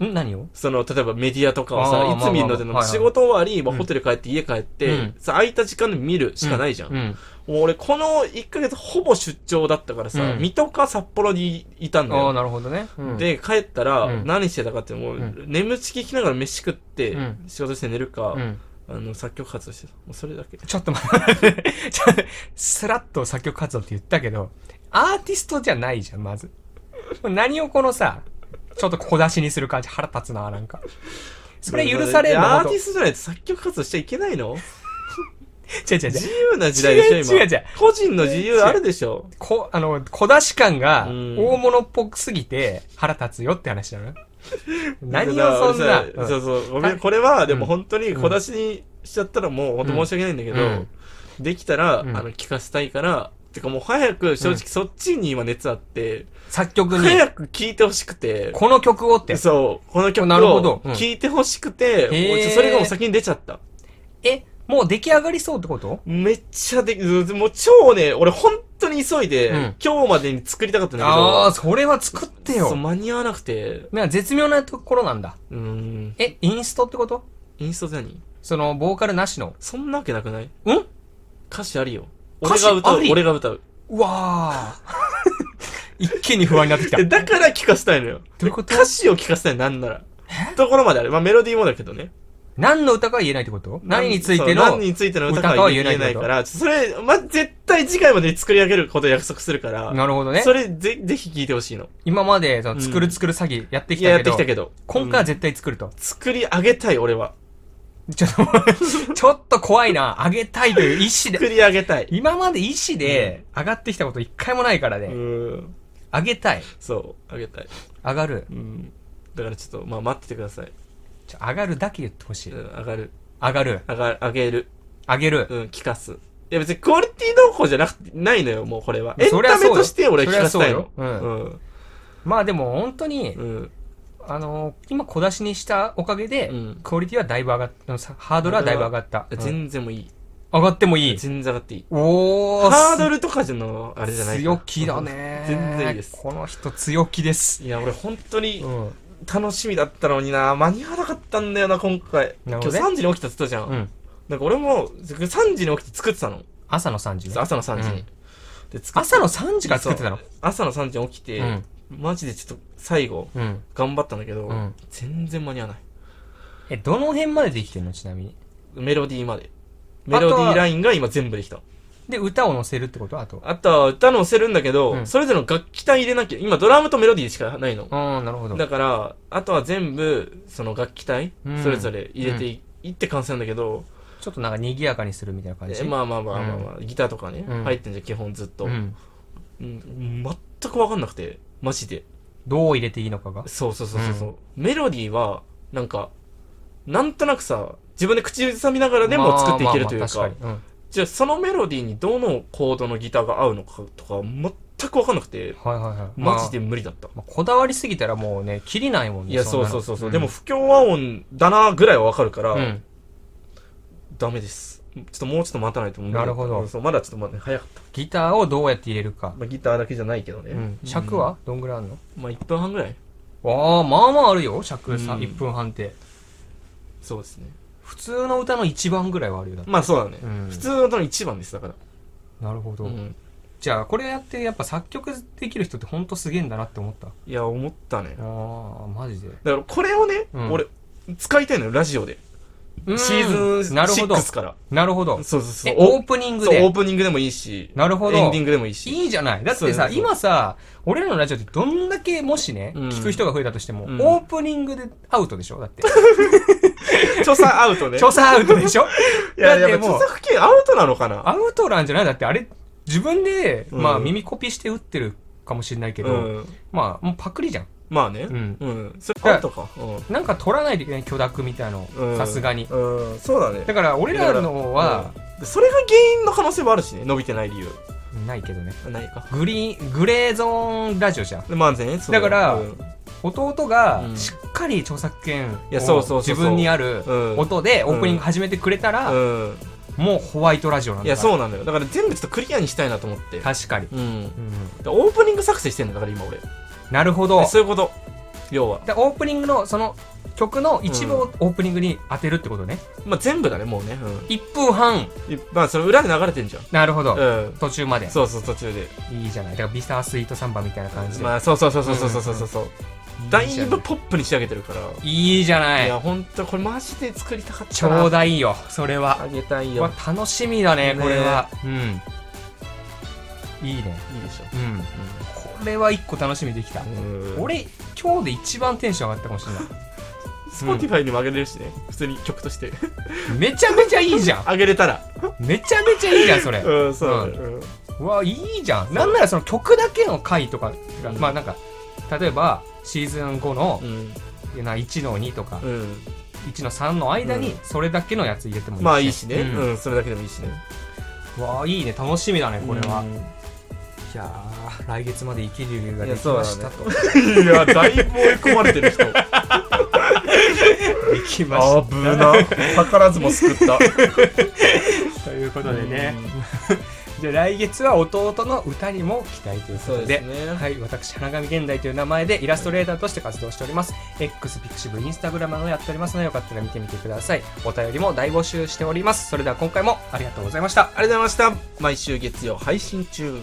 [SPEAKER 2] ん、
[SPEAKER 1] ん何を
[SPEAKER 2] その例えばメディアとかを
[SPEAKER 1] あー
[SPEAKER 2] さい
[SPEAKER 1] まあまあ
[SPEAKER 2] つ見るのっての
[SPEAKER 1] は
[SPEAKER 2] も
[SPEAKER 1] いはい
[SPEAKER 2] 仕事終わり、まあ
[SPEAKER 1] うん
[SPEAKER 2] ホテル帰って家帰って、
[SPEAKER 1] うん
[SPEAKER 2] さ空いた時間で見るしかないじゃん、
[SPEAKER 1] ううん
[SPEAKER 2] もう俺この1ヶ月ほぼ出張だったからさ、
[SPEAKER 1] うん
[SPEAKER 2] 水戸か札幌にいたんだ
[SPEAKER 1] ああ
[SPEAKER 2] よ
[SPEAKER 1] なるほどね、うん、
[SPEAKER 2] で、帰ったら
[SPEAKER 1] う、ん
[SPEAKER 2] 何してたかって、もう
[SPEAKER 1] うん、
[SPEAKER 2] 眠ちききながら飯食って
[SPEAKER 1] うん、
[SPEAKER 2] 仕事して寝るか
[SPEAKER 1] う、ん、
[SPEAKER 2] あの、作曲活動してた。もうそれだけ。
[SPEAKER 1] ちょっと待って ちょっとスラッと作曲活動って言ったけどアーティストじゃないじゃんまず何をこのさちょっと小出しにする感じ腹立つななんかそれ許される
[SPEAKER 2] い
[SPEAKER 1] の
[SPEAKER 2] やアー
[SPEAKER 1] ほんと
[SPEAKER 2] ティストじゃないと作曲活動しちゃいけないの
[SPEAKER 1] 違う違う違
[SPEAKER 2] 自
[SPEAKER 1] う
[SPEAKER 2] 由な時代でし ょ、
[SPEAKER 1] 違う違う
[SPEAKER 2] 今。
[SPEAKER 1] 違う
[SPEAKER 2] 個人の自由あるでしょ。
[SPEAKER 1] こあの小出し感が
[SPEAKER 2] うん
[SPEAKER 1] 大物っぽくすぎて腹立つよって話 なの何
[SPEAKER 2] だから
[SPEAKER 1] をそんな
[SPEAKER 2] 俺さ
[SPEAKER 1] うん
[SPEAKER 2] そうそう。ごめ
[SPEAKER 1] は
[SPEAKER 2] ん、これは、で
[SPEAKER 1] うん
[SPEAKER 2] も本当に小出しにしちゃったらもう、本当申し訳ないんだけ
[SPEAKER 1] う
[SPEAKER 2] ど
[SPEAKER 1] ん、
[SPEAKER 2] できたら、あ
[SPEAKER 1] うん
[SPEAKER 2] の、聞かせたいから、てかもう早く、正直そっちに今熱あって、
[SPEAKER 1] 作曲に
[SPEAKER 2] 早く聴いてほしくて、
[SPEAKER 1] この曲をって
[SPEAKER 2] そう、この曲
[SPEAKER 1] なるほど
[SPEAKER 2] を
[SPEAKER 1] うん
[SPEAKER 2] 聴いてほしくて、
[SPEAKER 1] へー
[SPEAKER 2] もうそれがもう先に出ちゃった。
[SPEAKER 1] えもう出来上がりそうってこと
[SPEAKER 2] めっちゃでき、うんもう超ね、俺本当に急いで、
[SPEAKER 1] うん
[SPEAKER 2] 今日までに作りたかったんだけど、
[SPEAKER 1] ああそれは作って
[SPEAKER 2] そう
[SPEAKER 1] よ
[SPEAKER 2] 間に合わなくて、
[SPEAKER 1] なんか絶妙なところなんだ
[SPEAKER 2] うーん、
[SPEAKER 1] えインストってこと
[SPEAKER 2] インストで何
[SPEAKER 1] そのボーカルなしの
[SPEAKER 2] そんなわけなくない
[SPEAKER 1] うん
[SPEAKER 2] 歌詞ありよ。
[SPEAKER 1] 歌
[SPEAKER 2] 俺
[SPEAKER 1] 詞
[SPEAKER 2] が歌
[SPEAKER 1] あ
[SPEAKER 2] う
[SPEAKER 1] り、
[SPEAKER 2] 俺が歌う。
[SPEAKER 1] うわ ー一気に不安になってきた
[SPEAKER 2] でだから聞かせたいのよ。
[SPEAKER 1] どういうこと
[SPEAKER 2] 歌詞を聞かせたい、なんなら。ところまである。まあメロディーもだけどね。
[SPEAKER 1] 何の歌かは言えないってこと何につい
[SPEAKER 2] そ
[SPEAKER 1] て
[SPEAKER 2] う
[SPEAKER 1] の
[SPEAKER 2] 何についての歌かは言えないから、それ、ま、絶対次回までに作り上げることを約束するから、
[SPEAKER 1] なるほどね
[SPEAKER 2] それぜ、ぜひ聞いてほしいの。
[SPEAKER 1] 今までその
[SPEAKER 2] うん
[SPEAKER 1] 作る作る詐欺やってき
[SPEAKER 2] いや、や
[SPEAKER 1] たけど,、
[SPEAKER 2] ってきたけど。
[SPEAKER 1] 今回は
[SPEAKER 2] うん
[SPEAKER 1] 絶対作ると、
[SPEAKER 2] 作り上げたい、俺は。
[SPEAKER 1] ちょっと ちょっと怖いな上げたいという意志で
[SPEAKER 2] 作り上げたい。
[SPEAKER 1] 今まで意志で上がってきたこと一回もないからね、
[SPEAKER 2] うん。
[SPEAKER 1] 上げたい
[SPEAKER 2] そう、上げたい。
[SPEAKER 1] 上がる
[SPEAKER 2] うん。だからちょっと、まあ、待っててください。
[SPEAKER 1] ちょ上がるだけ言ってほしい、
[SPEAKER 2] うん、上がる。
[SPEAKER 1] 上がる
[SPEAKER 2] 上がる、上げる。
[SPEAKER 1] 上げる、
[SPEAKER 2] うん、聞かす。いや、別にクオリティどうこうじゃなくて、ないのよ、もうこれは。エン
[SPEAKER 1] そりゃ
[SPEAKER 2] タ
[SPEAKER 1] そうよ
[SPEAKER 2] メとして俺は聞かせたいの。
[SPEAKER 1] そりゃそう
[SPEAKER 2] うん。
[SPEAKER 1] まあでも本当に、
[SPEAKER 2] うん。
[SPEAKER 1] あのー今小出しにしたおかげで、
[SPEAKER 2] うん
[SPEAKER 1] クオリティはだいぶ上がったさハードルはだいぶ上がった、うん
[SPEAKER 2] 全然もういい。
[SPEAKER 1] 上がってもいい
[SPEAKER 2] 全然上がっていい。
[SPEAKER 1] おー
[SPEAKER 2] ハード
[SPEAKER 1] ル
[SPEAKER 2] ルとかじゃの、あれじゃないから
[SPEAKER 1] 強気だ。ね
[SPEAKER 2] 全然いいです
[SPEAKER 1] この人強気です
[SPEAKER 2] いや、俺本当に
[SPEAKER 1] うん
[SPEAKER 2] 楽しみだったのにな、間に合わなかったんだよな、今回。
[SPEAKER 1] な
[SPEAKER 2] 今
[SPEAKER 1] る
[SPEAKER 2] 日
[SPEAKER 1] ほどね
[SPEAKER 2] 3時に起きたって言ったじゃん。
[SPEAKER 1] うん
[SPEAKER 2] なんか俺も、3時に起きて作ってたの。
[SPEAKER 1] 朝の3時ね
[SPEAKER 2] 朝の3時に。
[SPEAKER 1] うん
[SPEAKER 2] で、作っ
[SPEAKER 1] 朝の3時から作ってたの
[SPEAKER 2] 朝の3時に起きて、
[SPEAKER 1] うん
[SPEAKER 2] マジでちょっと最後、
[SPEAKER 1] うん
[SPEAKER 2] 頑張ったんだけど、
[SPEAKER 1] うん
[SPEAKER 2] 全然間に合わない。
[SPEAKER 1] えどの辺までできてんのちなみに
[SPEAKER 2] メロディーまで。
[SPEAKER 1] あとは
[SPEAKER 2] メロディーラインが今全部できた。
[SPEAKER 1] で歌を載せるってことあと
[SPEAKER 2] あとは歌乗せるんだけど、
[SPEAKER 1] うん
[SPEAKER 2] それぞれの楽器単位入れなきゃ、今ドラムとメロディーしかないの。
[SPEAKER 1] ああなるほど
[SPEAKER 2] だから、あとは全部、その楽器体
[SPEAKER 1] うん
[SPEAKER 2] それぞれ入れてい,、って完成なんだけど、
[SPEAKER 1] ちょっとなんか賑やかにするみたいな感
[SPEAKER 2] え
[SPEAKER 1] じ
[SPEAKER 2] まあまあまあまあ、まあギターとかね、
[SPEAKER 1] うん
[SPEAKER 2] 入ってんじゃん、基本ずっと、
[SPEAKER 1] う
[SPEAKER 2] うん
[SPEAKER 1] ん
[SPEAKER 2] 全くわかんなくて、マジで。
[SPEAKER 1] どう入れていいのかが
[SPEAKER 2] そうそうそうそうそう、メロディーは、なんか、なんとなくさ、自分で口ずさみながらでも作っていけるというか、
[SPEAKER 1] まあまあまあ確かに
[SPEAKER 2] じゃあそのメロディーにどのコードのギターが合うのかとか全く分かんなくて
[SPEAKER 1] はいはいはい。
[SPEAKER 2] マジで無理だった、
[SPEAKER 1] まあ。まあこだわりすぎたらもうね、きりないもんね。
[SPEAKER 2] いや
[SPEAKER 1] ん
[SPEAKER 2] そ
[SPEAKER 1] な
[SPEAKER 2] う
[SPEAKER 1] の
[SPEAKER 2] そうそうそう、
[SPEAKER 1] ん
[SPEAKER 2] でも不協和音だなぐらいは分かるから、
[SPEAKER 1] うん。
[SPEAKER 2] ダメですちょっともうちょっと待たないと思う
[SPEAKER 1] なるほど
[SPEAKER 2] そうまだちょっとまだ早かった、
[SPEAKER 1] ギターをどうやって入れるか。
[SPEAKER 2] まあ、ギターだけじゃないけどね、
[SPEAKER 1] うん。尺はどんぐらいあるの
[SPEAKER 2] まあ1分半ぐらい
[SPEAKER 1] わあ、まあまああるよ、尺さ、
[SPEAKER 2] うん
[SPEAKER 1] 1分半って。
[SPEAKER 2] そうですね
[SPEAKER 1] 普通の歌の一番ぐらいはあるよ、だって
[SPEAKER 2] まあそうだね、
[SPEAKER 1] うん
[SPEAKER 2] 普通の歌の一番ですだから、
[SPEAKER 1] なるほど。
[SPEAKER 2] うん
[SPEAKER 1] じゃあ、これやって、やっぱ作曲できる人ってほんとすげえんだなって思った。あ
[SPEAKER 2] いや思ったね
[SPEAKER 1] あ、マジで。
[SPEAKER 2] だからこれをね、
[SPEAKER 1] うん
[SPEAKER 2] 俺使いたいのよラジオで、シーズン
[SPEAKER 1] なるほど。
[SPEAKER 2] 6から
[SPEAKER 1] なるほど。
[SPEAKER 2] そうそうそう
[SPEAKER 1] えオープニング
[SPEAKER 2] そうオー
[SPEAKER 1] で。
[SPEAKER 2] プニングでもいいし
[SPEAKER 1] なるほど。
[SPEAKER 2] エンディングでもいいし
[SPEAKER 1] いいじゃない。だっ
[SPEAKER 2] そう
[SPEAKER 1] て
[SPEAKER 2] そう
[SPEAKER 1] さ、
[SPEAKER 2] そう
[SPEAKER 1] 今さ、俺らのラジオってどんだけもしね、
[SPEAKER 2] うん
[SPEAKER 1] 聞く人が増えたとしても、
[SPEAKER 2] うん
[SPEAKER 1] オープニングでアウトでしょだって。
[SPEAKER 2] 著作アウトね
[SPEAKER 1] 調査アウトでしょ
[SPEAKER 2] いや
[SPEAKER 1] だっ
[SPEAKER 2] や
[SPEAKER 1] て
[SPEAKER 2] っぱ
[SPEAKER 1] も
[SPEAKER 2] 著
[SPEAKER 1] う、
[SPEAKER 2] 作権アウトなのかな
[SPEAKER 1] アウトなんじゃないだってあれ、自分で、
[SPEAKER 2] うん
[SPEAKER 1] まあ耳コピして打ってるかもしれないけ
[SPEAKER 2] う
[SPEAKER 1] ど、
[SPEAKER 2] ん
[SPEAKER 1] まあ、もうパクリじゃん。
[SPEAKER 2] まあね
[SPEAKER 1] う
[SPEAKER 2] うんん、それアウトかう
[SPEAKER 1] なんか取らないといけない許諾みたいの
[SPEAKER 2] んう、ん
[SPEAKER 1] さすがに。
[SPEAKER 2] うんそうだね
[SPEAKER 1] だから、俺らのは、
[SPEAKER 2] うんそれが原因の可能性もあるしね伸びてない理由
[SPEAKER 1] ないけどね。
[SPEAKER 2] ないか
[SPEAKER 1] グリーン、グレーゾーンラジオじゃん。
[SPEAKER 2] まあねそう
[SPEAKER 1] だから
[SPEAKER 2] うん
[SPEAKER 1] 弟が
[SPEAKER 2] うん
[SPEAKER 1] しっかり著作権
[SPEAKER 2] いやそうそ
[SPEAKER 1] を
[SPEAKER 2] うそ
[SPEAKER 1] 自
[SPEAKER 2] うそう
[SPEAKER 1] 分にある
[SPEAKER 2] うん
[SPEAKER 1] 音でオープニング始めてくれたら、
[SPEAKER 2] うん
[SPEAKER 1] もうホワイトラジオなんだ
[SPEAKER 2] いやそうなのよだから全部ちょっとクリアにしたいなと思って
[SPEAKER 1] 確かに、
[SPEAKER 2] うん
[SPEAKER 1] うん
[SPEAKER 2] オープニング作成してんのだから今俺
[SPEAKER 1] なるほど
[SPEAKER 2] そういうこと要は、
[SPEAKER 1] でオープニングのその曲の一部をオープニングに当てるってことね、
[SPEAKER 2] まあ、全部だねもうね、う
[SPEAKER 1] 1分半
[SPEAKER 2] んい、まあその裏で流れてんじゃん
[SPEAKER 1] なるほど、
[SPEAKER 2] うん
[SPEAKER 1] 途中まで
[SPEAKER 2] そうそう途中で
[SPEAKER 1] いいじゃないだからビタースイートサンバみたいな感じで、
[SPEAKER 2] まあそうそうそうそうそうそうそうそうだ
[SPEAKER 1] いいじゃ
[SPEAKER 2] い
[SPEAKER 1] な
[SPEAKER 2] ぶ
[SPEAKER 1] い
[SPEAKER 2] ポップに仕上げてるから
[SPEAKER 1] いいじゃないい
[SPEAKER 2] やほんとこれマジで作りたかった
[SPEAKER 1] ちょう
[SPEAKER 2] だ
[SPEAKER 1] だいよそれは
[SPEAKER 2] あげたいう
[SPEAKER 1] わ
[SPEAKER 2] よ
[SPEAKER 1] 楽しみだね
[SPEAKER 2] ね
[SPEAKER 1] これはうんいいね
[SPEAKER 2] いいでしょ
[SPEAKER 1] うんこれは一個楽しみできた、
[SPEAKER 2] うん
[SPEAKER 1] 俺今日で一番テンション上がったかもしれない
[SPEAKER 2] Spotify にも上げれるしね普通に曲として
[SPEAKER 1] めちゃめちゃいいじゃん
[SPEAKER 2] 上げれたら
[SPEAKER 1] めちゃめちゃいいじゃんそれ
[SPEAKER 2] うんそう、うん
[SPEAKER 1] うわいいじゃんなんならその曲だけの回とかが、
[SPEAKER 2] うん
[SPEAKER 1] まあなんか例えばシーズン5の
[SPEAKER 2] うん
[SPEAKER 1] な1の2とか
[SPEAKER 2] うん
[SPEAKER 1] 1の3の間に
[SPEAKER 2] う
[SPEAKER 1] それだけのやつ入れてもいいし
[SPEAKER 2] まあいいしね、
[SPEAKER 1] うん
[SPEAKER 2] うん、それだけでもいいしね
[SPEAKER 1] うわいいね楽しみだねこれは、
[SPEAKER 2] うん
[SPEAKER 1] いやー来月まで生きる理由が
[SPEAKER 2] い
[SPEAKER 1] で
[SPEAKER 2] や
[SPEAKER 1] き
[SPEAKER 2] そう
[SPEAKER 1] ま
[SPEAKER 2] だね
[SPEAKER 1] したと、
[SPEAKER 2] いやだいぶ追い込まれてる人危
[SPEAKER 1] できまし
[SPEAKER 2] な図らずも救 った
[SPEAKER 1] た ということでね、じゃあ来月は弟の歌にも期待というこ
[SPEAKER 2] そ
[SPEAKER 1] と
[SPEAKER 2] う
[SPEAKER 1] で
[SPEAKER 2] ですね
[SPEAKER 1] はい、私、花神現代という名前でイラストレーターとして活動しております。X、ピクシブ、インスタグラムをやっておりますので、よかったら見てみてください。お便りも大募集しております。それでは今回もありがとうございました。
[SPEAKER 2] ありがとうございました毎週月曜配信中